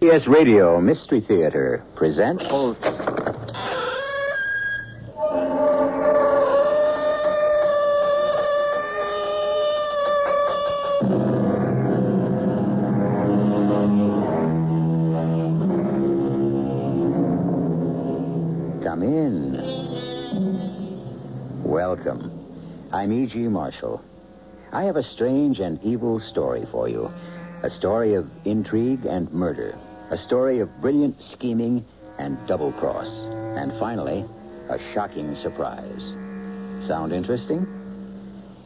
CBS Radio Mystery Theater presents. Come in. Welcome. I'm E.G. Marshall. I have a strange and evil story for you. A story of intrigue and murder. A story of brilliant scheming and double cross. And finally, a shocking surprise. Sound interesting?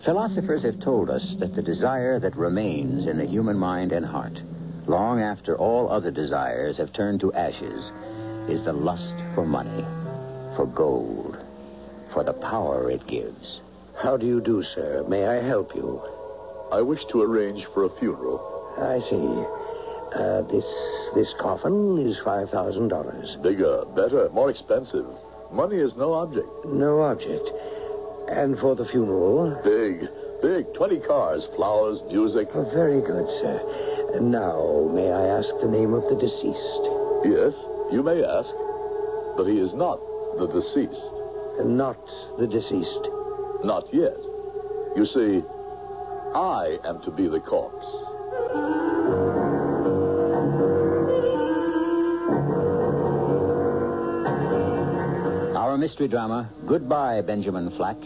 Philosophers have told us that the desire that remains in the human mind and heart, long after all other desires have turned to ashes, is the lust for money, for gold, for the power it gives. How do you do, sir? May I help you? I wish to arrange for a funeral. I see. Uh, this this coffin is five thousand dollars. Bigger, better, more expensive. Money is no object. No object. And for the funeral, Big, big. 20 cars, flowers, music. oh, very good, sir. Now, may I ask the name of the deceased? Yes, you may ask. But he is not the deceased. Not the deceased. Not yet. You see, I am to be the corpse. Our mystery drama, Goodbye, Benjamin Flack,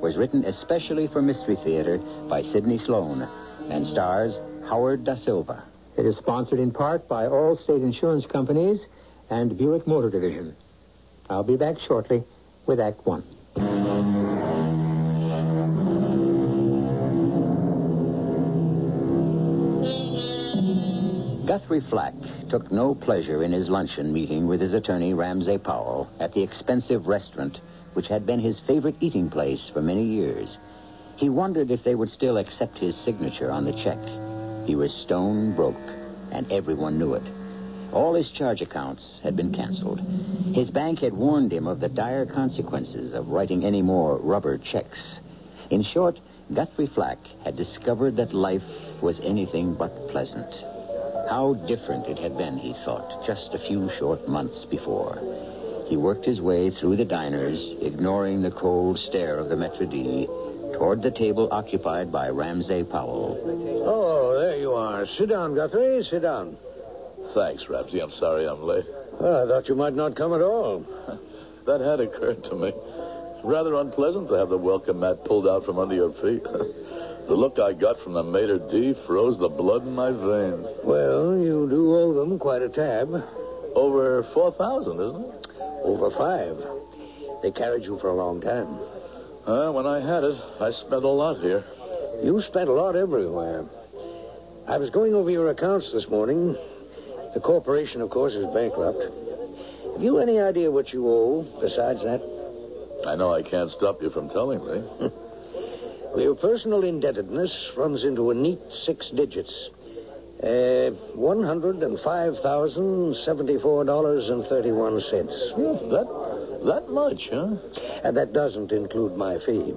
was written especially for Mystery Theater by Sidney Sloan and stars Howard Da Silva. It is sponsored in part by all state insurance companies and Buick Motor Division. I'll be back shortly with Act One. Guthrie Flack took no pleasure in his luncheon meeting with his attorney, Ramsey Powell, at the expensive restaurant which had been his favorite eating place for many years. He wondered if they would still accept his signature on the check. He was stone broke, and everyone knew it. All his charge accounts had been canceled. His bank had warned him of the dire consequences of writing any more rubber checks. In short, Guthrie Flack had discovered that life was anything but pleasant. How different it had been, he thought, just a few short months before. He worked his way through the diners, ignoring the cold stare of the maitre d' toward the table occupied by Ramsay Powell. Oh, there you are. Sit down, Guthrie. Sit down. Thanks, Ramsey. I'm sorry I'm late. Well, I thought you might not come at all. That had occurred to me. It's rather unpleasant to have the welcome mat pulled out from under your feet. the look I got from the maitre d' froze the blood in my veins. Well, you do owe them quite a tab. Over 4,000, isn't it? Over five. They carried you for a long time. Uh, when I had it, I spent a lot here. You spent a lot everywhere. I was going over your accounts this morning. The corporation, of course, is bankrupt. Have you any idea what you owe besides that? I know I can't stop you from telling me. Well, your personal indebtedness runs into a neat six digits. Uh, $105,074.31. That that much, huh? And that doesn't include my fee.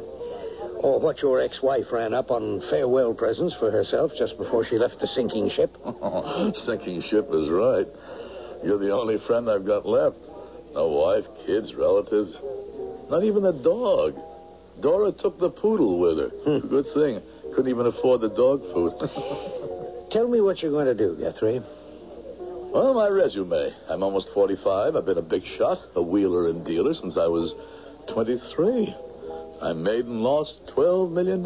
Or what your ex-wife ran up on farewell presents for herself just before she left the sinking ship. Oh, Sinking ship is right. You're the only friend I've got left. No wife, kids, relatives. Not even a dog. Dora took the poodle with her. Good thing. Couldn't even afford the dog food. Tell me what you're going to do, Guthrie. well, my resume. I'm almost 45. I've been a big shot, a wheeler and dealer since I was 23. I made and lost $12 million.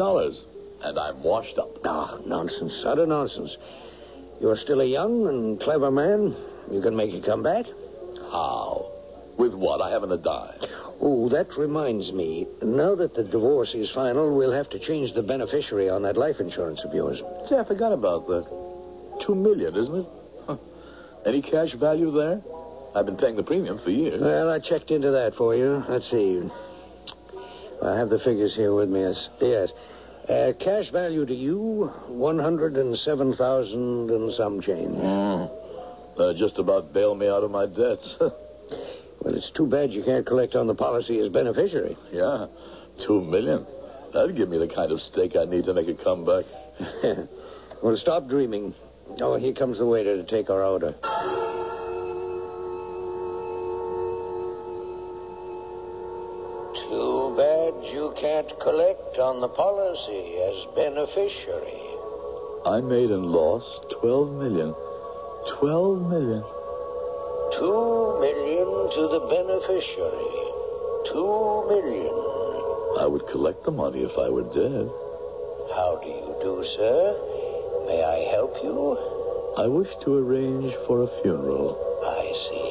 And I'm washed up. Ah, nonsense, utter nonsense. You're still a young and clever man. You can make a comeback. How? With what? I haven't a dime. Oh, that reminds me. Now that the divorce is final, we'll have to change the beneficiary on that life insurance of yours. Say, I forgot about that. Two million, isn't it? Huh. Any cash value there? I've been paying the premium for years. Well, I checked into that for you. Let's see. I have the figures here with me. Yes. yes. Uh, cash value to you, 107000 and some change. Uh, just about bailed me out of my debts. Well, it's too bad you can't collect on the policy as beneficiary. yeah, two million. That'd give me the kind of stake I need to make a comeback. well, stop dreaming. Oh, here comes the waiter to take our order. Too bad you can't collect on the policy as beneficiary. I made and lost twelve million. Twelve million. Two million to the beneficiary. Two million. I would collect the money if I were dead. How do you do, sir? May I help you? I wish to arrange for a funeral. I see.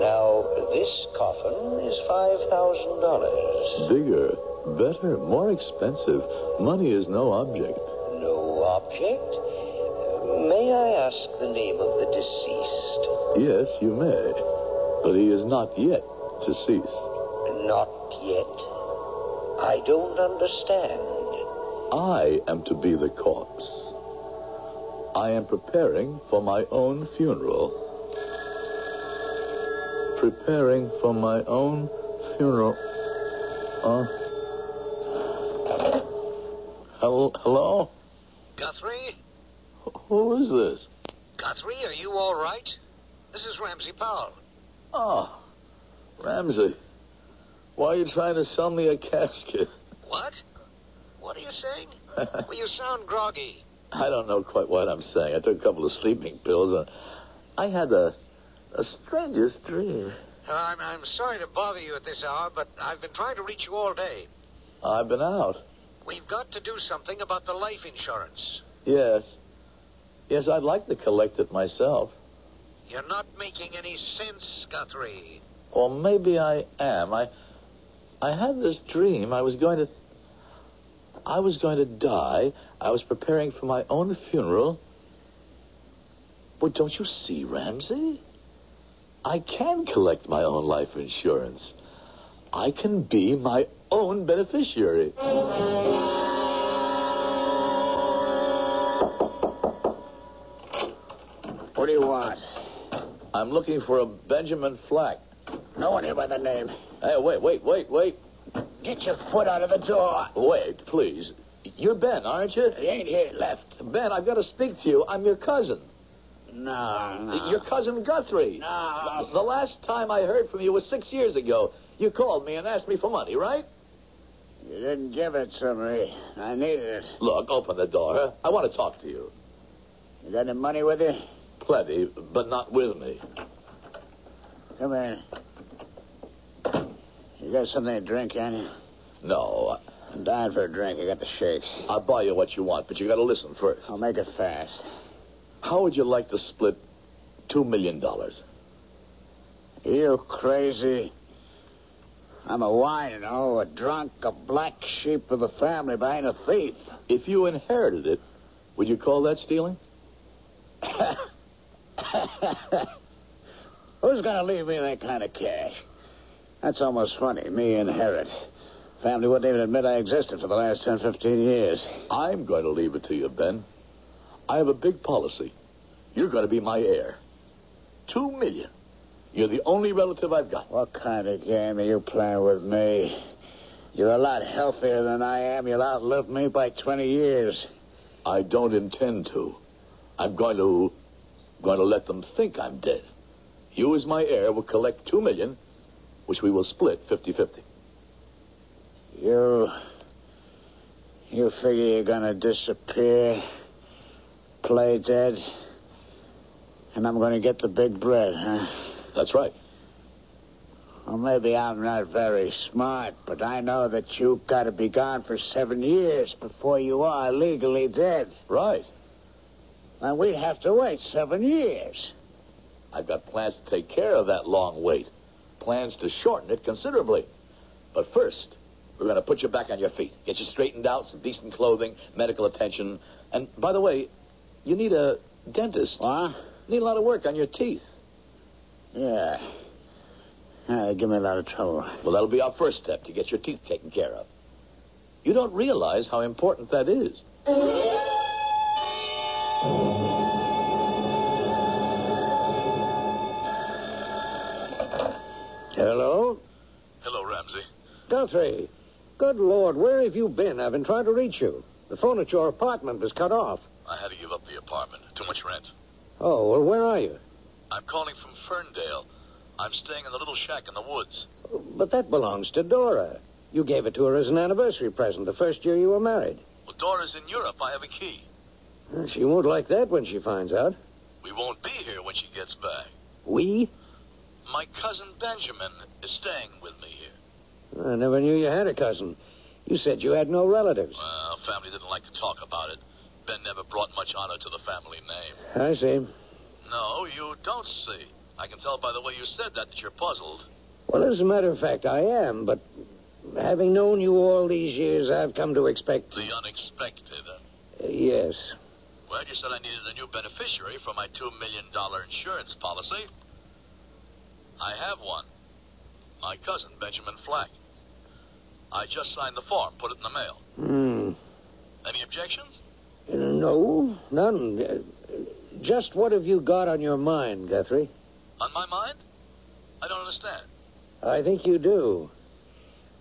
Now, this coffin is $5,000. Bigger, better, more expensive. Money is no object. No object? May I ask the name of the deceased? Yes, you may. But he is not yet deceased. Not yet. I don't understand. I am to be the corpse. I am preparing for my own funeral. Preparing for my own funeral. Uh, hel- hello? Guthrie? Wh- Who is this? Guthrie, are you all right? This is Ramsey Powell. Ah, Ramsey. Why are you trying to sell me a casket? What? What are you saying? well, you sound groggy. I don't know quite what I'm saying. I took a couple of sleeping pills and I had the a strangest dream. Uh, I'm, I'm sorry to bother you at this hour, but I've been trying to reach you all day. I've been out. We've got to do something about the life insurance. Yes. Yes, I'd like to collect it myself. You're not making any sense, Guthrie. Or maybe I am. I I had this dream. I was going to I was going to die. I was preparing for my own funeral. Well, don't you see, Ramsey? I can collect my own life insurance. I can be my own beneficiary. What do you want? I'm looking for a Benjamin Flack. No one here by the name. Hey, wait, wait, wait, wait. Get your foot out of the door. Wait, please. You're Ben, aren't you? He ain't here left. Ben, I've got to speak to you. I'm your cousin. No, no. Your cousin Guthrie. Ah. No. The last time I heard from you was six years ago. You called me and asked me for money, right? You didn't give it to me. I needed it. Look, open the door. I want to talk to you. You got any money with you? Plenty, but not with me. Come here. You got something to drink, ain't you? No, I'm dying for a drink. I got the shakes. I'll buy you what you want, but you got to listen first. I'll make it fast. How would you like to split two million dollars? You crazy? I'm a wino, a drunk, a black sheep of the family, but I ain't a thief. If you inherited it, would you call that stealing? Who's gonna leave me that kind of cash? That's almost funny. Me inherit. Family wouldn't even admit I existed for the last 10, 15 years. I'm going to leave it to you, Ben. I have a big policy. You're going to be my heir. Two million. You're the only relative I've got. What kind of game are you playing with me? You're a lot healthier than I am. You'll outlive me by 20 years. I don't intend to. I'm going to, going to let them think I'm dead. You, as my heir, will collect two million, which we will split 50-50. You. You figure you're gonna disappear, play dead, and I'm gonna get the big bread, huh? That's right. Well, maybe I'm not very smart, but I know that you've got to be gone for seven years before you are legally dead. Right. And we have to wait seven years. I've got plans to take care of that long wait. Plans to shorten it considerably. But first, we're going to put you back on your feet. Get you straightened out, some decent clothing, medical attention. And by the way, you need a dentist. What? Need a lot of work on your teeth. Yeah. Yeah, give me a lot of trouble. Well, that'll be our first step to get your teeth taken care of. You don't realize how important that is. Hello? Hello, Ramsey. Guthrie. Good Lord, where have you been? I've been trying to reach you. The phone at your apartment was cut off. I had to give up the apartment. too much rent. Oh, well, where are you? I'm calling from Ferndale. I'm staying in the little shack in the woods. But that belongs to Dora. You gave it to her as an anniversary present the first year you were married. Well, Dora's in Europe. I have a key. Well, She won't like that when she finds out. We won't be here when she gets back. We? My cousin Benjamin is staying with me here. I never knew you had a cousin. You said you had no relatives. Well, family didn't like to talk about it. Ben never brought much honor to the family name. I see. No, you don't see. I can tell by the way you said that that you're puzzled. Well, as a matter of fact, I am, but having known you all these years, I've come to expect. The unexpected. huh? yes. Well, you said I needed a new beneficiary for my $2 million insurance policy. I have one. My cousin, Benjamin Flack. I just signed the form, put it in the mail. Hmm. Any objections? No, none. Uh, Just what have you got on your mind, Guthrie? On my mind? I don't understand. I think you do.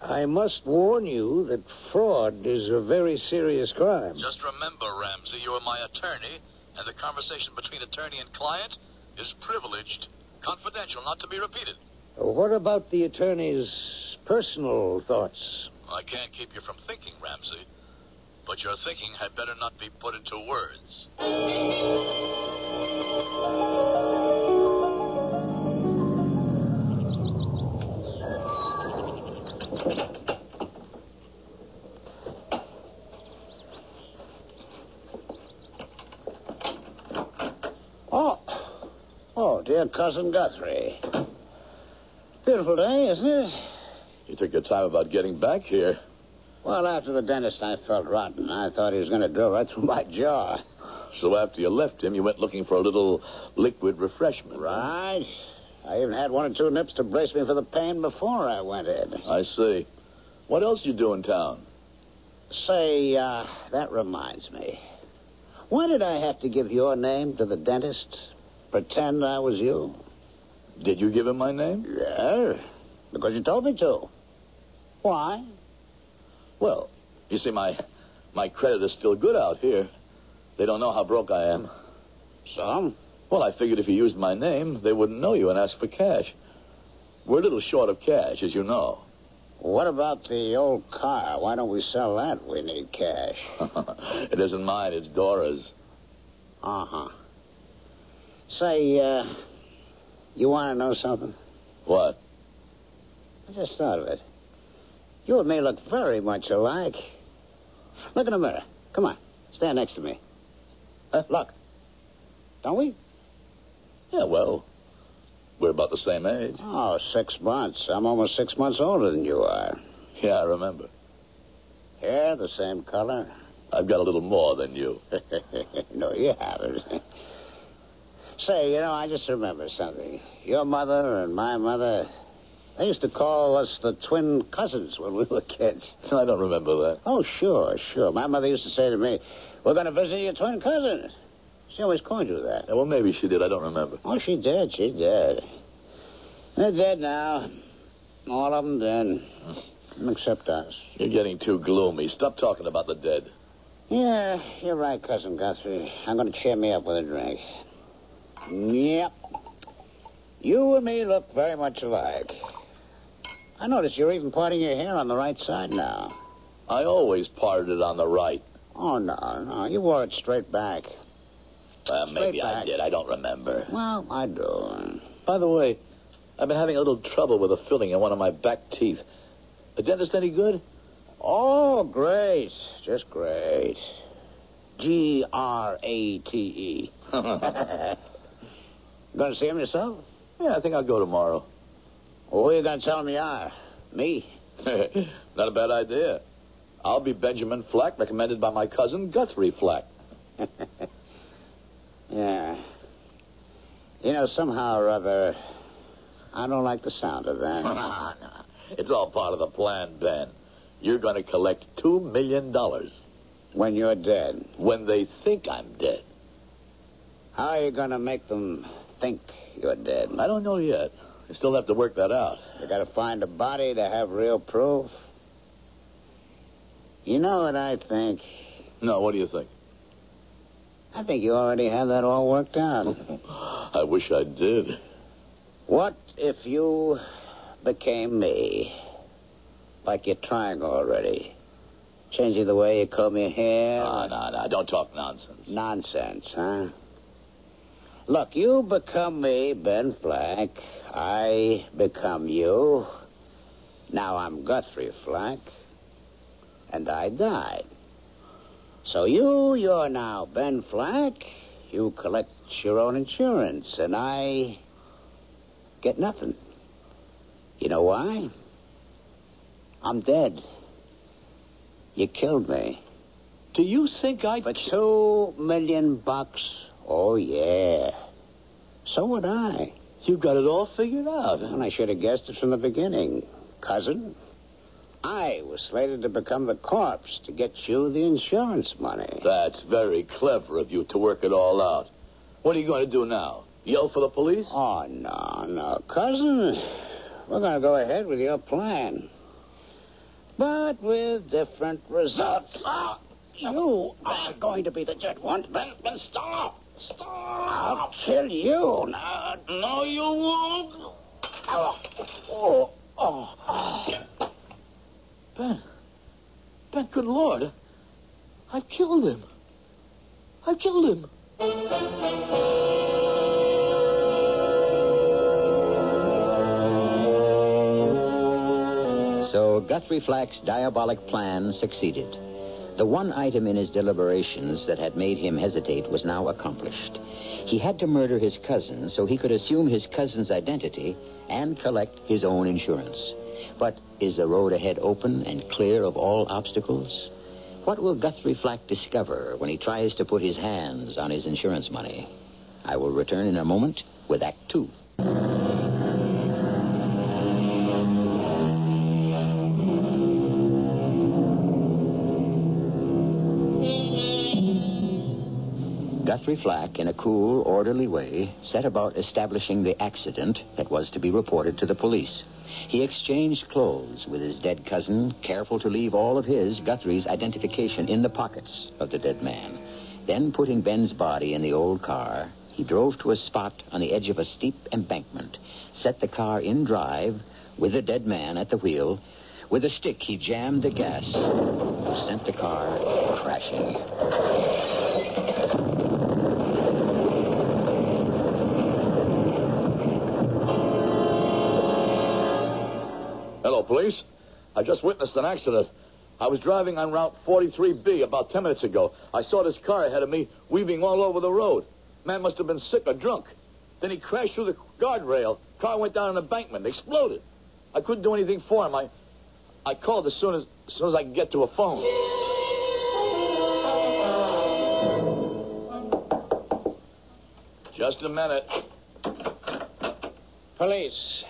I must warn you that fraud is a very serious crime. Just remember, Ramsey, you are my attorney, and the conversation between attorney and client is privileged, confidential, not to be repeated. What about the attorney's personal thoughts? I can't keep you from thinking, Ramsey, but your thinking had better not be put into words. Oh. Oh, dear cousin Guthrie. Beautiful day, isn't it? You took your time about getting back here. Well, after the dentist, I felt rotten. I thought he was going to drill right through my jaw. So after you left him, you went looking for a little liquid refreshment. Right. I even had one or two nips to brace me for the pain before I went in. I see. What else you do in town? Say, uh, that reminds me. Why did I have to give your name to the dentist? Pretend I was you? Did you give him my name? Yeah, because you told me to. Why? Well, you see, my my credit is still good out here. They don't know how broke I am. So? Well, I figured if you used my name, they wouldn't know you and ask for cash. We're a little short of cash, as you know. What about the old car? Why don't we sell that? We need cash. it isn't mine, it's Dora's. Uh huh. Say, uh, you want to know something? What? I just thought of it. You and me look very much alike. Look in the mirror. Come on. Stand next to me. Eh, Uh, look. Don't we? Yeah, well, we're about the same age. Oh, six months. I'm almost six months older than you are. Yeah, I remember. Hair the same color. I've got a little more than you. no, you haven't. Say, you know, I just remember something. Your mother and my mother, they used to call us the twin cousins when we were kids. I don't remember that. Oh, sure, sure. My mother used to say to me, We're going to visit your twin cousin. She always called you that. Yeah, well, maybe she did. I don't remember. Oh, she did, she did. They're dead now. All of them dead. Except us. You're getting too gloomy. Stop talking about the dead. Yeah, you're right, Cousin Guthrie. I'm going to cheer me up with a drink. Yep. You and me look very much alike. I notice you're even parting your hair on the right side now. I always parted it on the right. Oh, no, no. You wore it straight back. Uh, maybe Straight I back. did. I don't remember. Well, I do. By the way, I've been having a little trouble with a filling in one of my back teeth. The dentist any good? Oh, great. Just great. G R A T E. Gonna see him yourself? Yeah, I think I'll go tomorrow. Who you gonna tell him you are? Me? Not a bad idea. I'll be Benjamin Flack, recommended by my cousin Guthrie Flack. Yeah. You know, somehow or other, I don't like the sound of that. it's all part of the plan, Ben. You're going to collect two million dollars when you're dead, when they think I'm dead. how are you gonna make them think you're dead? I don't know yet. I still have to work that out. You gotta find a body to have real proof. You know what I think? No, what do you think? I think you already have that all worked out. I wish I did. What if you became me? Like you're trying already. Changing the way you comb your hair. No, no, no. Don't talk nonsense. Nonsense, huh? Look, you become me, Ben Flack. I become you. Now I'm Guthrie Flack. And I die. So you, you're now Ben Flack. You collect your own insurance, and I get nothing. You know why? I'm dead. You killed me. Do you think I. For two million bucks? Oh, yeah. So would I. You got it all figured out. And I should have guessed it from the beginning, cousin. I was slated to become the corpse to get you the insurance money. That's very clever of you to work it all out. What are you going to do now? Yell for the police? Oh, no, no, cousin. We're going to go ahead with your plan. But with different results. Ah, you are going to be the jet once, Ben. Ben, stop! Stop! I'll kill you. No, no you won't. Oh, oh, oh. Ben. Ben, good Lord. I killed him. I killed him. So Guthrie Flack's diabolic plan succeeded. The one item in his deliberations that had made him hesitate was now accomplished. He had to murder his cousin so he could assume his cousin's identity and collect his own insurance. But is the road ahead open and clear of all obstacles? What will Guthrie Flack discover when he tries to put his hands on his insurance money? I will return in a moment with Act Two. Guthrie Flack, in a cool, orderly way, set about establishing the accident that was to be reported to the police. He exchanged clothes with his dead cousin, careful to leave all of his, Guthrie's, identification in the pockets of the dead man. Then, putting Ben's body in the old car, he drove to a spot on the edge of a steep embankment, set the car in drive, with the dead man at the wheel. With a stick, he jammed the gas, sent the car crashing. Hello, police. I just witnessed an accident. I was driving on Route 43B about 10 minutes ago. I saw this car ahead of me weaving all over the road. Man must have been sick or drunk. Then he crashed through the guardrail. Car went down an embankment, exploded. I couldn't do anything for him. I, I called as soon as, as soon as I could get to a phone. Just a minute. Police.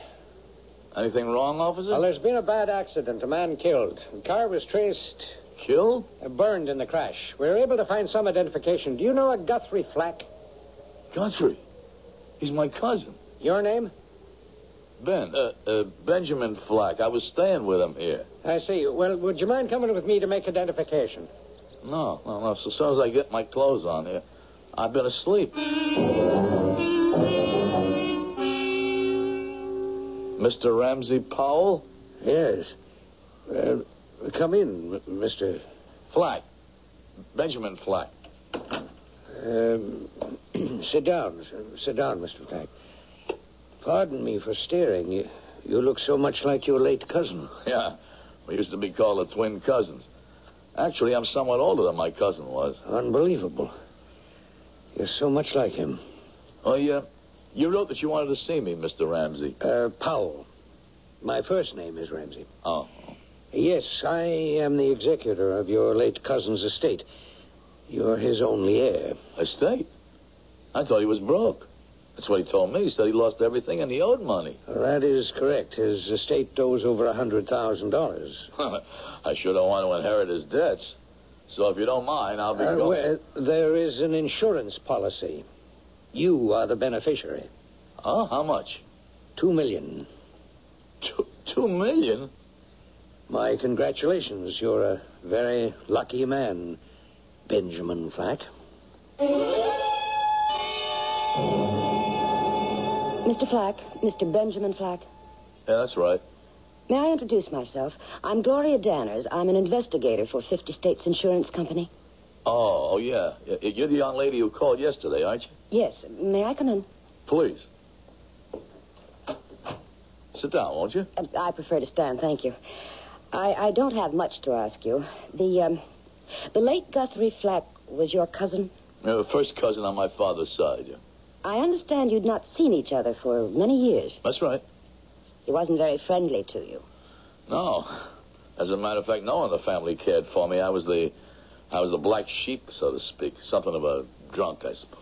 Anything wrong, officer? Well, there's been a bad accident. A man killed. The car was traced, Killed? uh, burned in the crash. We were able to find some identification. Do you know a Guthrie Flack? Guthrie. He's my cousin. Your name? Ben, uh, uh, Benjamin Flack. I was staying with him here. I see. Well, would you mind coming with me to make identification? No, no, no. So as soon as I get my clothes on here, I've been asleep. Mr. Ramsey Powell? Yes. Uh, come in, M- Mr. Flack. Benjamin Flack. Um, sit down. sir. Sit down, Mr. Flack. Pardon me for staring. You, you look so much like your late cousin. Yeah, we used to be called the twin cousins. Actually, I'm somewhat older than my cousin was. Unbelievable. You're so much like him. Oh, yeah? You wrote that you wanted to see me, Mr. Ramsey. Uh, Powell. My first name is Ramsey. Oh, Yes, I am the executor of your late cousin's estate. You're his only heir. estate? I thought he was broke. That's what he told me. He said he lost everything and he owed money. That is correct. His estate owes over a hundred thousand dollars. I sure don't want to inherit his debts. So if you don't mind, I'll Uh, be going. Uh, There is an insurance policy. You are the beneficiary. Huh? How much? Two million. Two, two million? My congratulations. You're a very lucky man, Benjamin Flack. Mr. Flack, Mr. Benjamin Flack. Yeah, that's right. May I introduce myself? I'm Gloria Danners. I'm an investigator for 50 States Insurance Company. Oh, oh yeah. Y- You're the young lady who called yesterday, aren't you? Yes, may I come in? Please. Sit down, won't you? Uh, I prefer to stand, thank you. I, I don't have much to ask you. The, um, the late Guthrie Flack was your cousin. You're the first cousin on my father's side. Yeah. I understand you'd not seen each other for many years. That's right. He wasn't very friendly to you. No. As a matter of fact, no one in the family cared for me. I was the, I was the black sheep, so to speak. Something of a drunk, I suppose.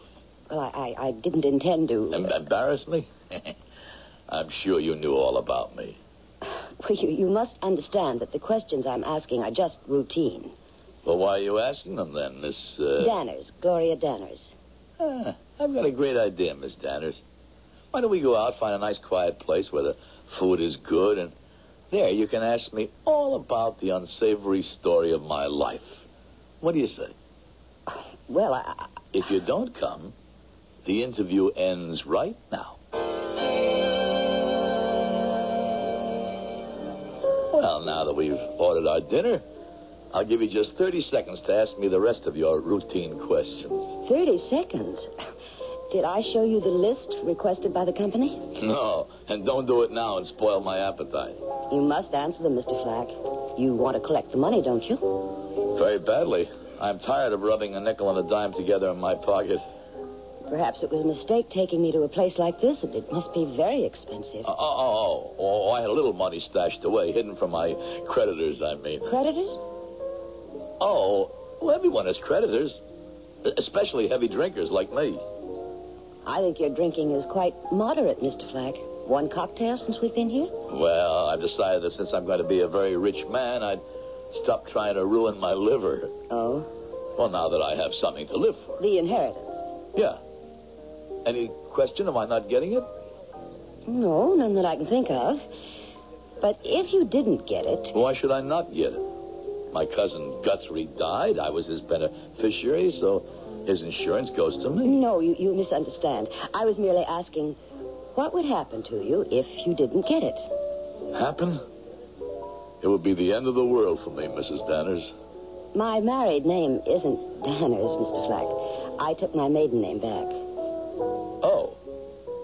Well, I, I, I didn't intend to. Em- embarrass me? I'm sure you knew all about me. Well, you, you must understand that the questions I'm asking are just routine. Well, why are you asking them then, Miss? Uh... Danners, Gloria Danners. Ah, I've got a great idea, Miss Danners. Why don't we go out, find a nice quiet place where the food is good, and there you can ask me all about the unsavory story of my life. What do you say? Well, I, If you don't come, the interview ends right now. Well, now that we've ordered our dinner, I'll give you just 30 seconds to ask me the rest of your routine questions. 30 seconds. Did I show you the list requested by the company? No, and don't do it now and spoil my appetite. You must answer them, Mr. Flack. You want to collect the money, don't you? Very badly. I'm tired of rubbing a nickel and a dime together in my pocket. Perhaps it was a mistake taking me to a place like this, and it must be very expensive. Oh, oh, oh, oh, I had a little money stashed away, hidden from my creditors, I mean. Creditors? Oh, well, everyone has creditors, especially heavy drinkers like me. I think your drinking is quite moderate, Mr. Flack. One cocktail since we've been here? Well, I've decided that since I'm going to be a very rich man, I'd stop trying to ruin my liver. Oh. Well, now that I have something to live for. The inheritance? Yeah. Any question? Am I not getting it? No, none that I can think of. But if you didn't get it, Why should I not get it? My cousin Guthrie died. I was his beneficiary, so his insurance goes to me. no, you, you misunderstand. I was merely asking what would happen to you if you didn't get it? Happen? It would be the end of the world for me, Mrs. Danners. My married name isn't Danners, Mr. Flack. I took my maiden name back. Oh.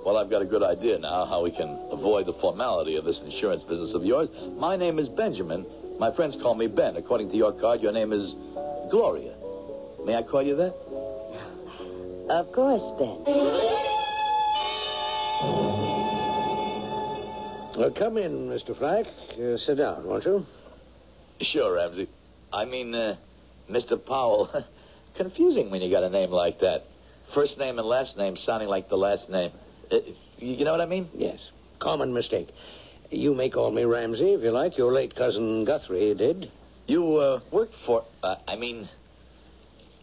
Well, I've got a good idea now how we can avoid the formality of this insurance business of yours. My name is Benjamin. My friends call me Ben. According to your card, your name is Gloria. May I call you that? Of course, Ben. Well, come in, Mr. Flack. Uh, sit down, won't you? Sure, Ramsey. I mean, uh, Mr. Powell. Confusing when you got a name like that. First name and last name sounding like the last name. Uh, you know what I mean? Yes. Common mistake. You may call me Ramsey if you like. Your late cousin Guthrie did. You uh, worked for. Uh, I mean,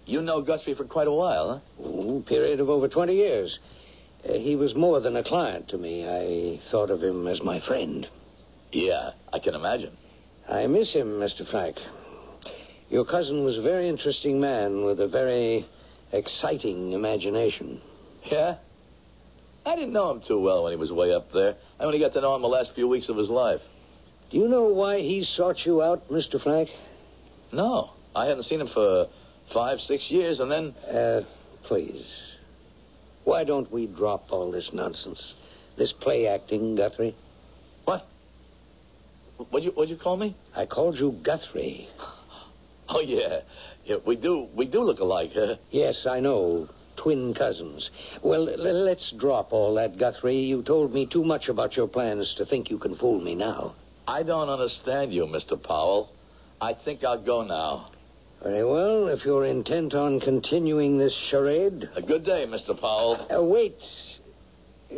you know Guthrie for quite a while, huh? Ooh, Mm, period of over 20 years. Uh, he was more than a client to me. I thought of him as my friend. Yeah, I can imagine. I miss him, Mr. Flack. Your cousin was a very interesting man with a very exciting imagination. Yeah? I didn't know him too well when he was way up there. I only got to know him the last few weeks of his life. Do you know why he sought you out, Mr. Flack? No, I hadn't seen him for five, six years, and then. Uh, please. Why don't we drop all this nonsense? This play acting, Guthrie? What? What'd you, what'd you call me? I called you Guthrie. Oh, yeah. yeah we do we do look alike, huh? Yes, I know. Twin cousins. Well, l- let's drop all that, Guthrie. You told me too much about your plans to think you can fool me now. I don't understand you, Mr. Powell. I think I'll go now. Very well, if you're intent on continuing this charade. A good day, Mr. Powell. Uh, wait.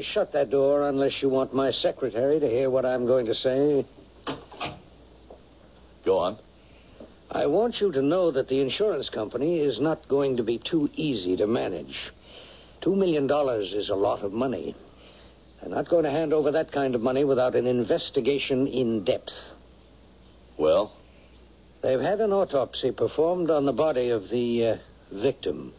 Shut that door unless you want my secretary to hear what I'm going to say. Go on. I want you to know that the insurance company is not going to be too easy to manage. Two million dollars is a lot of money. They're not going to hand over that kind of money without an investigation in depth. Well, They've had an autopsy performed on the body of the uh, victim.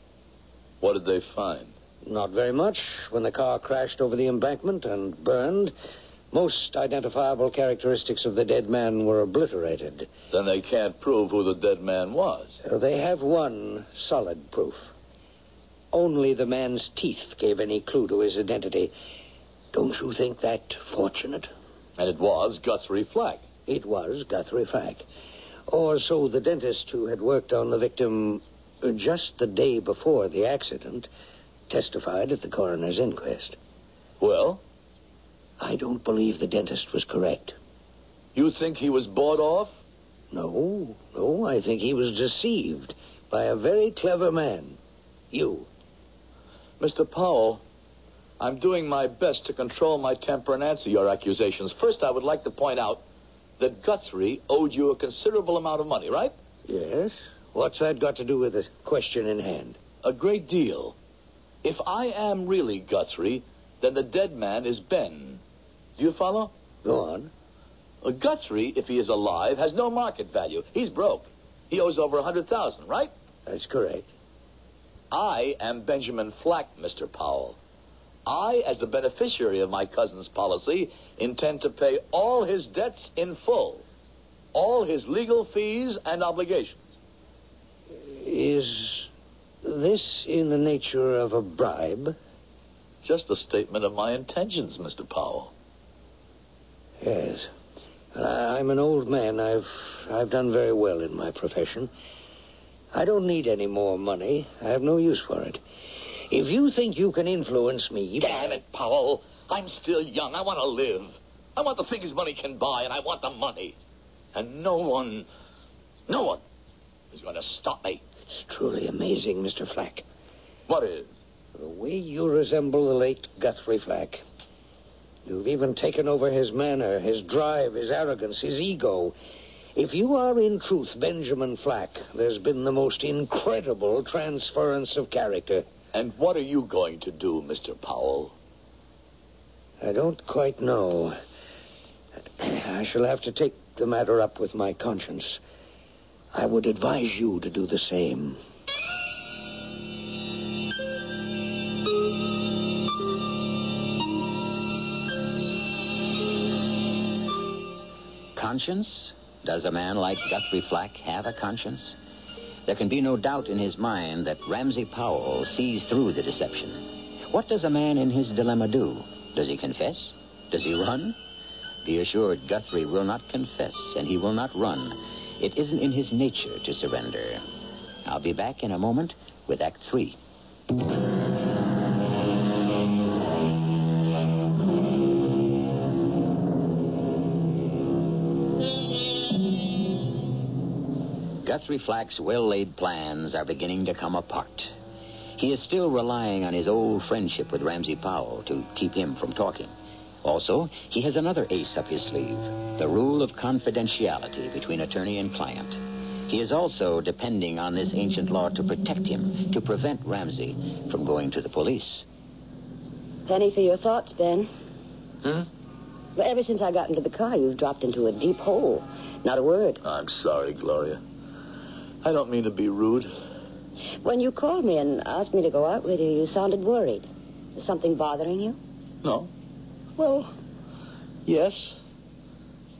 What did they find? Not very much. When the car crashed over the embankment and burned, most identifiable characteristics of the dead man were obliterated. Then they can't prove who the dead man was. Uh, They have one solid proof. Only the man's teeth gave any clue to his identity. Don't you think that fortunate? And it was Guthrie Flack. It was Guthrie Flack. Or so the dentist who had worked on the victim uh, just the day before the accident testified at the coroner's inquest. Well, I don't believe the dentist was correct. you think he was bought off? No, no, I think he was deceived by a very clever man. You. Mr. Powell, I'm doing my best to control my temper and answer your accusations. First, I would like to point out that Guthrie owed you a considerable amount of money, right? Yes? What's that got to do with the question in hand? A great deal. If I am really Guthrie, then the dead man is Ben. Do you follow? Go on. Uh, Guthrie, if he is alive, has no market value. He's broke. He owes over a hundred thousand, right? That's correct. I am Benjamin Flack, Mr. Powell. I, as the beneficiary of my cousin's policy, intend to pay all his debts in full, all his legal fees and obligations. Is this in the nature of a bribe? Just a statement of my intentions, Mr. Powell. Yes. I- I'm an old man. I've I've done very well in my profession. I don't need any more money. I have no use for it. If you think you can influence me, Damn it, Powell. I'm still young. I want to live. I want the things money can buy, and I want the money. And no one, no one is going to stop me. It's truly amazing, Mr. Flack. What is? The way you resemble the late Guthrie Flack. You've even taken over his manner, his drive, his arrogance, his ego. If you are in truth Benjamin Flack, there's been the most incredible transference of character. And what are you going to do, Mr. Powell? I don't quite know. I shall have to take the matter up with my conscience. I would advise you to do the same. Conscience? Does a man like Guthrie Flack have a conscience? There can be no doubt in his mind that Ramsey Powell sees through the deception. What does a man in his dilemma do? Does he confess? Does he run? Be assured, Guthrie will not confess and he will not run. It isn't in his nature to surrender. I'll be back in a moment with Act Three. Guthrie Flack's well laid plans are beginning to come apart. He is still relying on his old friendship with Ramsey Powell to keep him from talking. Also, he has another ace up his sleeve the rule of confidentiality between attorney and client. He is also depending on this ancient law to protect him, to prevent Ramsey from going to the police. Penny for your thoughts, Ben. Hmm? Well, ever since I got into the car, you've dropped into a deep hole. Not a word. I'm sorry, Gloria. I don't mean to be rude. When you called me and asked me to go out with you, you sounded worried. Is something bothering you? No. Well, yes.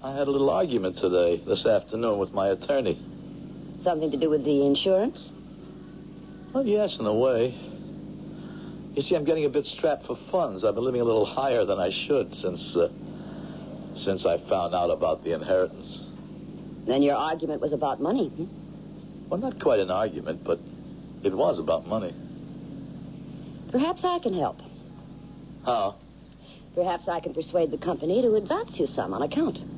I had a little argument today, this afternoon, with my attorney. Something to do with the insurance? Well, yes, in a way. You see, I'm getting a bit strapped for funds. I've been living a little higher than I should since, uh, since I found out about the inheritance. Then your argument was about money. hmm? Well, not quite an argument, but it was about money. Perhaps I can help. How? Perhaps I can persuade the company to advance you some on account.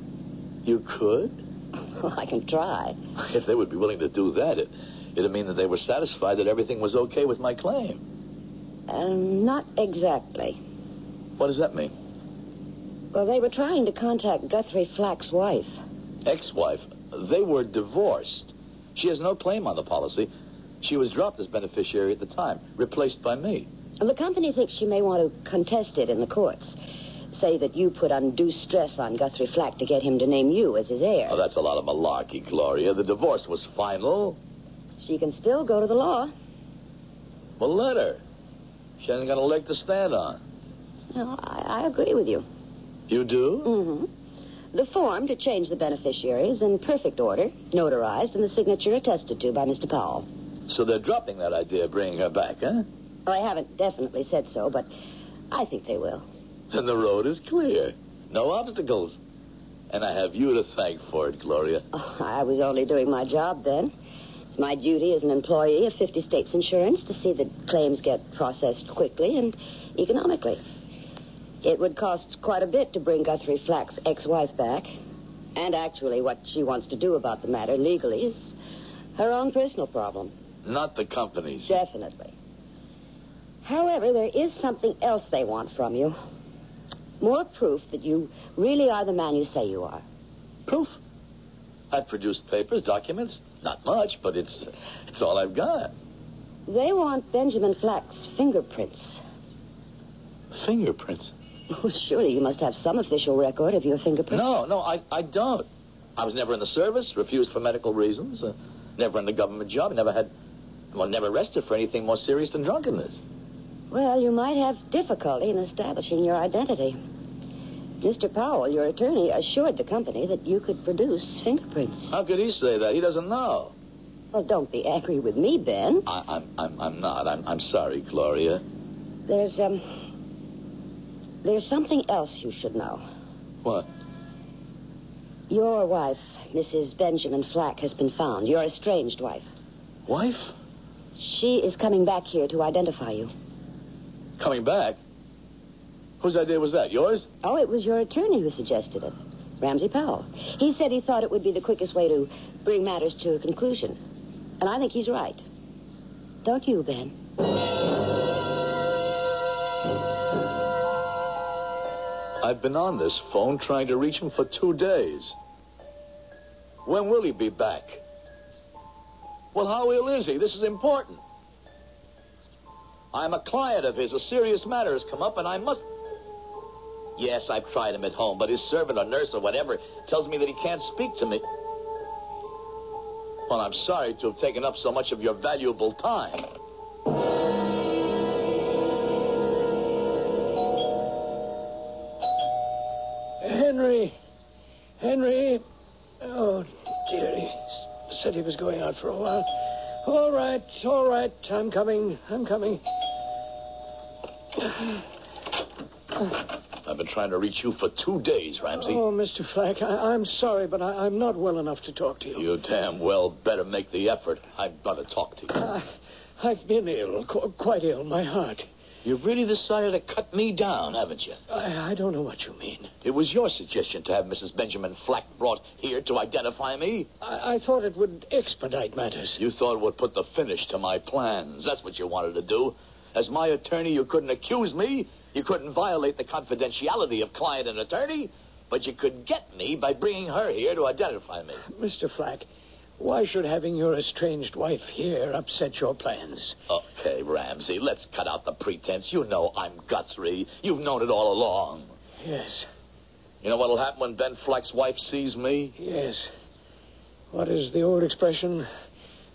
You could? Well, I can try. If they would be willing to do that, it, it'd mean that they were satisfied that everything was okay with my claim. Um, not exactly. What does that mean? Well, they were trying to contact Guthrie Flack's wife. Ex-wife. They were divorced. She has no claim on the policy. She was dropped as beneficiary at the time, replaced by me. The company thinks she may want to contest it in the courts. Say that you put undue stress on Guthrie Flack to get him to name you as his heir. Oh, that's a lot of malarkey, Gloria. The divorce was final. She can still go to the law. But let her. She hasn't got a leg to stand on. No, I, I agree with you. You do? hmm The form to change the beneficiary is in perfect order, notarized, and the signature attested to by Mr. Powell. So they're dropping that idea of bringing her back, huh? Well, I haven't definitely said so, but I think they will. Then the road is clear. No obstacles. And I have you to thank for it, Gloria. Oh, I was only doing my job then. It's my duty as an employee of 50 States Insurance to see that claims get processed quickly and economically. It would cost quite a bit to bring Guthrie Flack's ex wife back. And actually, what she wants to do about the matter legally is her own personal problem. Not the companies. Definitely. However, there is something else they want from you. More proof that you really are the man you say you are. Proof? I've produced papers, documents. Not much, but it's it's all I've got. They want Benjamin Flack's fingerprints. Fingerprints. Oh, surely you must have some official record of your fingerprints. No, no, I, I don't. I was never in the service, refused for medical reasons, uh, never in the government job, never had, well, never arrested for anything more serious than drunkenness. Well, you might have difficulty in establishing your identity. Mr. Powell, your attorney, assured the company that you could produce fingerprints. How could he say that? He doesn't know. Well, don't be angry with me, Ben. I, I'm, I'm, I'm not. I'm, I'm sorry, Gloria. There's, um. There's something else you should know. What? Your wife, Mrs. Benjamin Flack, has been found. Your estranged wife. Wife? She is coming back here to identify you. Coming back? Whose idea was that? Yours? Oh, it was your attorney who suggested it, Ramsey Powell. He said he thought it would be the quickest way to bring matters to a conclusion. And I think he's right. Don't you, Ben? I've been on this phone trying to reach him for two days. When will he be back? Well, how ill is he? This is important. I'm a client of his. A serious matter has come up, and I must. Yes, I've tried him at home, but his servant or nurse or whatever tells me that he can't speak to me. Well, I'm sorry to have taken up so much of your valuable time. Henry. Henry. Oh, dearie. S- Said he was going out for a while. All right, all right. I'm coming. I'm coming. I've been trying to reach you for two days, Ramsey. Oh, Mr. Flack, I, I'm sorry, but I, I'm not well enough to talk to you. You damn well better make the effort. I've got to talk to you. I, I've been ill, qu- quite ill, my heart. You've really decided to cut me down, haven't you? I, I don't know what you mean. It was your suggestion to have Mrs. Benjamin Flack brought here to identify me. I, I thought it would expedite matters. You thought it would put the finish to my plans. That's what you wanted to do. As my attorney, you couldn't accuse me. You couldn't violate the confidentiality of client and attorney. But you could get me by bringing her here to identify me. Mr. Flack, why should having your estranged wife here upset your plans? Okay, Ramsey, let's cut out the pretense. You know I'm Guthrie. You've known it all along. Yes, You know what'll happen when Ben Flack's wife sees me? yes. What is the old expression?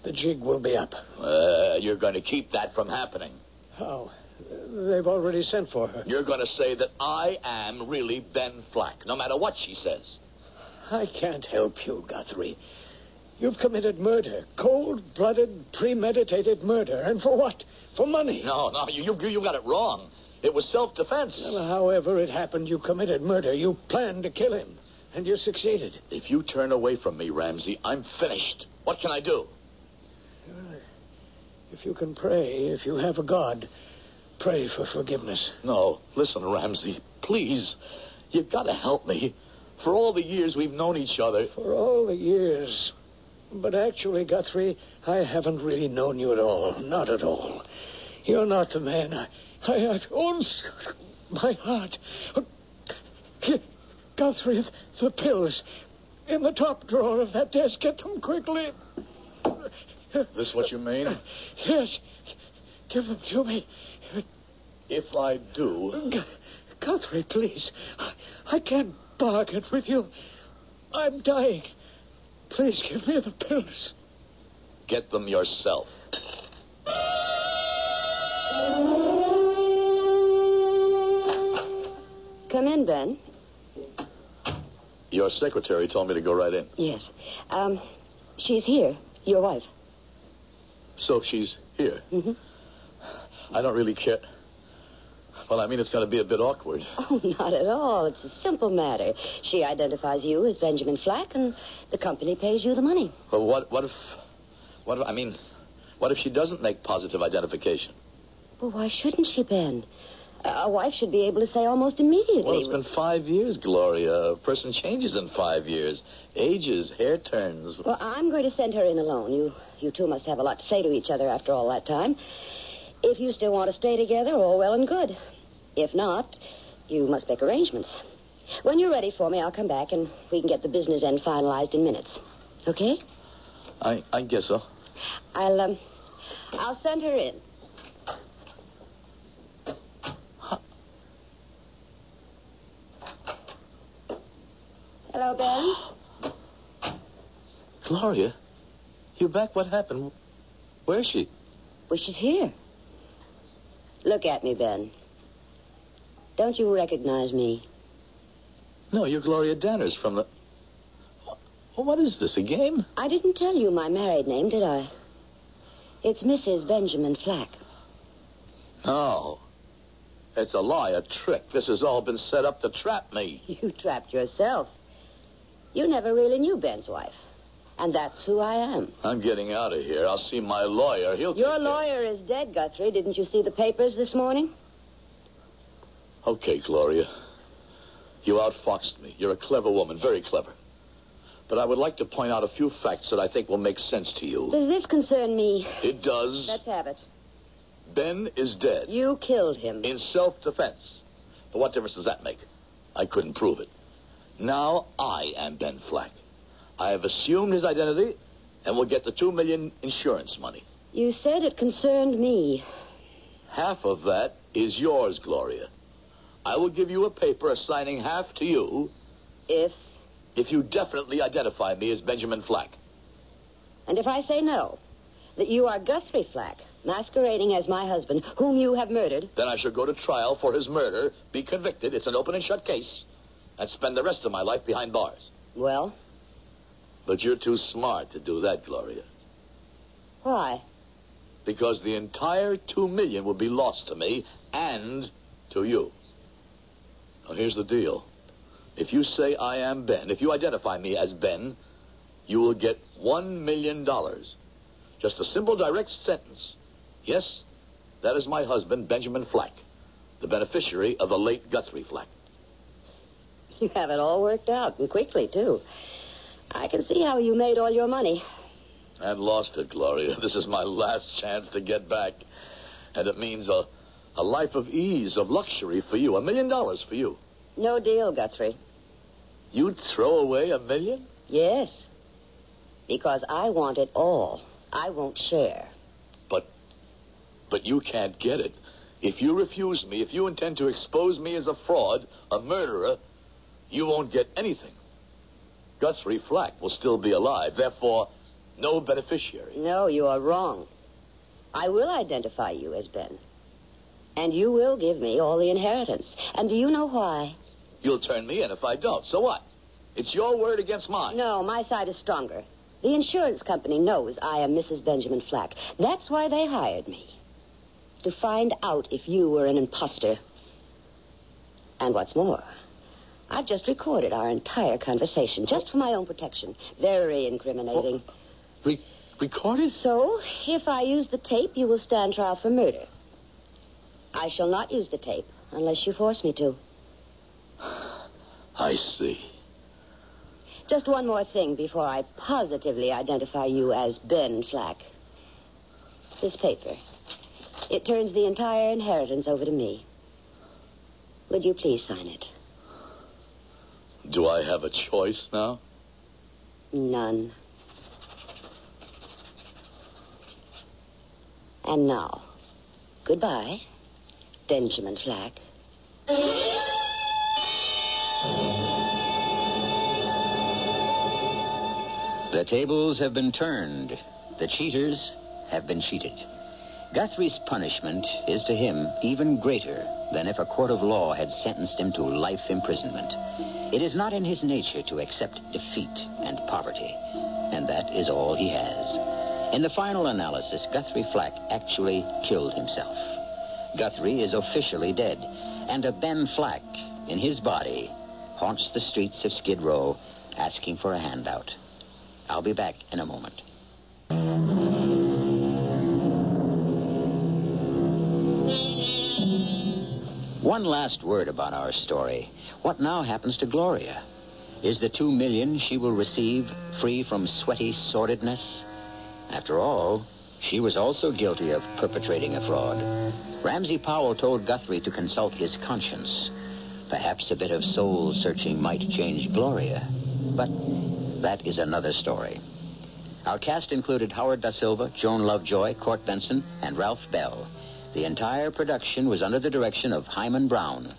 The jig will be up. Uh, you're going to keep that from happening. How? Oh, They've already sent for her. You're going to say that I am really Ben Flack, no matter what she says. I can't help you, Guthrie. You've committed murder. Cold blooded, premeditated murder. And for what? For money. No, no, you, you, you got it wrong. It was self defense. Well, however it happened, you committed murder. You planned to kill him. And you succeeded. If you turn away from me, Ramsey, I'm finished. What can I do? If you can pray, if you have a God, pray for forgiveness. No, listen, Ramsey, please. You've got to help me. For all the years we've known each other, For all the years. But actually, Guthrie, I haven't really known you at all. Not at all. You're not the man I. I. I oh, my heart. Oh, Guthrie, the pills. In the top drawer of that desk. Get them quickly. this what you mean? Yes. Give them to me. If I do, Gu- Guthrie, please. I, I can't bargain with you. I'm dying. Please give me the pills. get them yourself. Come in, Ben. Your secretary told me to go right in. Yes. Um, she's here, your wife. So she's here. Mhm. I don't really care. Well, I mean, it's going to be a bit awkward. Oh, not at all. It's a simple matter. She identifies you as Benjamin Flack, and the company pays you the money. But what, what if. What if, I mean, what if she doesn't make positive identification? Well, why shouldn't she, Ben? A a wife should be able to say almost immediately. Well, it's been five years, Gloria. A person changes in five years. Ages, hair turns. Well, I'm going to send her in alone. You, you two must have a lot to say to each other after all that time. If you still want to stay together, all well and good. If not, you must make arrangements. When you're ready for me, I'll come back and we can get the business end finalized in minutes. Okay? I, I guess so. I'll um, I'll send her in. Hello, Ben. Gloria, you're back. What happened? Where is she? Well, she's here. Look at me, Ben. Don't you recognize me? No, you're Gloria Danners from the. Well, what is this, a game? I didn't tell you my married name, did I? It's Mrs. Benjamin Flack. No. Oh. It's a lie, a trick. This has all been set up to trap me. You trapped yourself. You never really knew Ben's wife. And that's who I am. I'm getting out of here. I'll see my lawyer. He'll. Your take care- lawyer is dead, Guthrie. Didn't you see the papers this morning? Okay, Gloria. You outfoxed me. You're a clever woman, very clever. But I would like to point out a few facts that I think will make sense to you. Does this concern me? It does. Let's have it. Ben is dead. You killed him. In self defense. But what difference does that make? I couldn't prove it. Now I am Ben Flack. I have assumed his identity and will get the two million insurance money. You said it concerned me. Half of that is yours, Gloria. I will give you a paper assigning half to you If. if you definitely identify me as Benjamin Flack. And if I say no, that you are Guthrie Flack, masquerading as my husband, whom you have murdered, Then I shall go to trial for his murder, be convicted, it's an open and shut case, and spend the rest of my life behind bars. well, But you're too smart to do that, Gloria. why? because the entire two million will be lost to me and to you. Now, here's the deal. If you say I am Ben, if you identify me as Ben, you will get one million dollars. Just a simple, direct sentence. Yes, that is my husband, Benjamin Flack, the beneficiary of the late Guthrie Flack. You have it all worked out, and quickly, too. I can see how you made all your money. And lost it, Gloria. This is my last chance to get back. And it means a, a life of ease, of luxury for you, a million dollars for you. No deal, Guthrie. You'd throw away a million? Yes. Because I want it all. I won't share. But but you can't get it. If you refuse me, if you intend to expose me as a fraud, a murderer, you won't get anything. Guthrie Flack will still be alive, therefore, no beneficiary. No, you are wrong. I will identify you as Ben. And you will give me all the inheritance. And do you know why? You'll turn me in if I don't. So what? It's your word against mine. No, my side is stronger. The insurance company knows I am Mrs. Benjamin Flack. That's why they hired me. To find out if you were an imposter. And what's more, I've just recorded our entire conversation just for my own protection. Very incriminating. Re- recorded? So, if I use the tape, you will stand trial for murder. I shall not use the tape unless you force me to. I see. Just one more thing before I positively identify you as Ben Flack. This paper. It turns the entire inheritance over to me. Would you please sign it? Do I have a choice now? None. And now, goodbye, Benjamin Flack. The tables have been turned. The cheaters have been cheated. Guthrie's punishment is to him even greater than if a court of law had sentenced him to life imprisonment. It is not in his nature to accept defeat and poverty, and that is all he has. In the final analysis, Guthrie Flack actually killed himself. Guthrie is officially dead, and a Ben Flack in his body haunts the streets of Skid Row asking for a handout. I'll be back in a moment. One last word about our story. What now happens to Gloria? Is the two million she will receive free from sweaty sordidness? After all, she was also guilty of perpetrating a fraud. Ramsey Powell told Guthrie to consult his conscience. Perhaps a bit of soul searching might change Gloria. But that is another story. Our cast included Howard Da Silva, Joan Lovejoy, Court Benson, and Ralph Bell. The entire production was under the direction of Hyman Brown.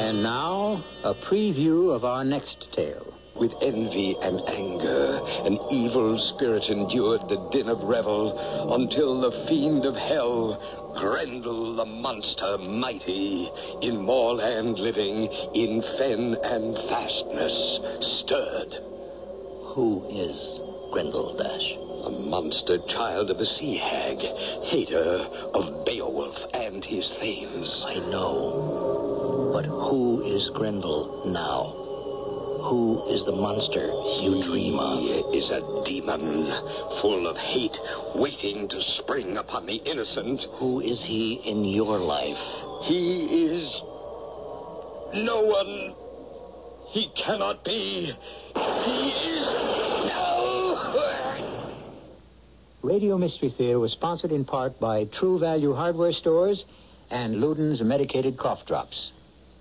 And now, a preview of our next tale. With envy and anger, an evil spirit endured the din of revel until the fiend of hell, Grendel the monster mighty, in moorland living, in fen and fastness, stirred. Who is Grendel Dash? A monster child of the sea hag, hater of Beowulf and his thanes. I know. But who is Grendel now? Who is the monster you dream of? He is a demon, full of hate, waiting to spring upon the innocent. Who is he in your life? He is. no one. He cannot be. He is. No! Radio Mystery Theater was sponsored in part by True Value Hardware Stores and Luden's Medicated Cough Drops.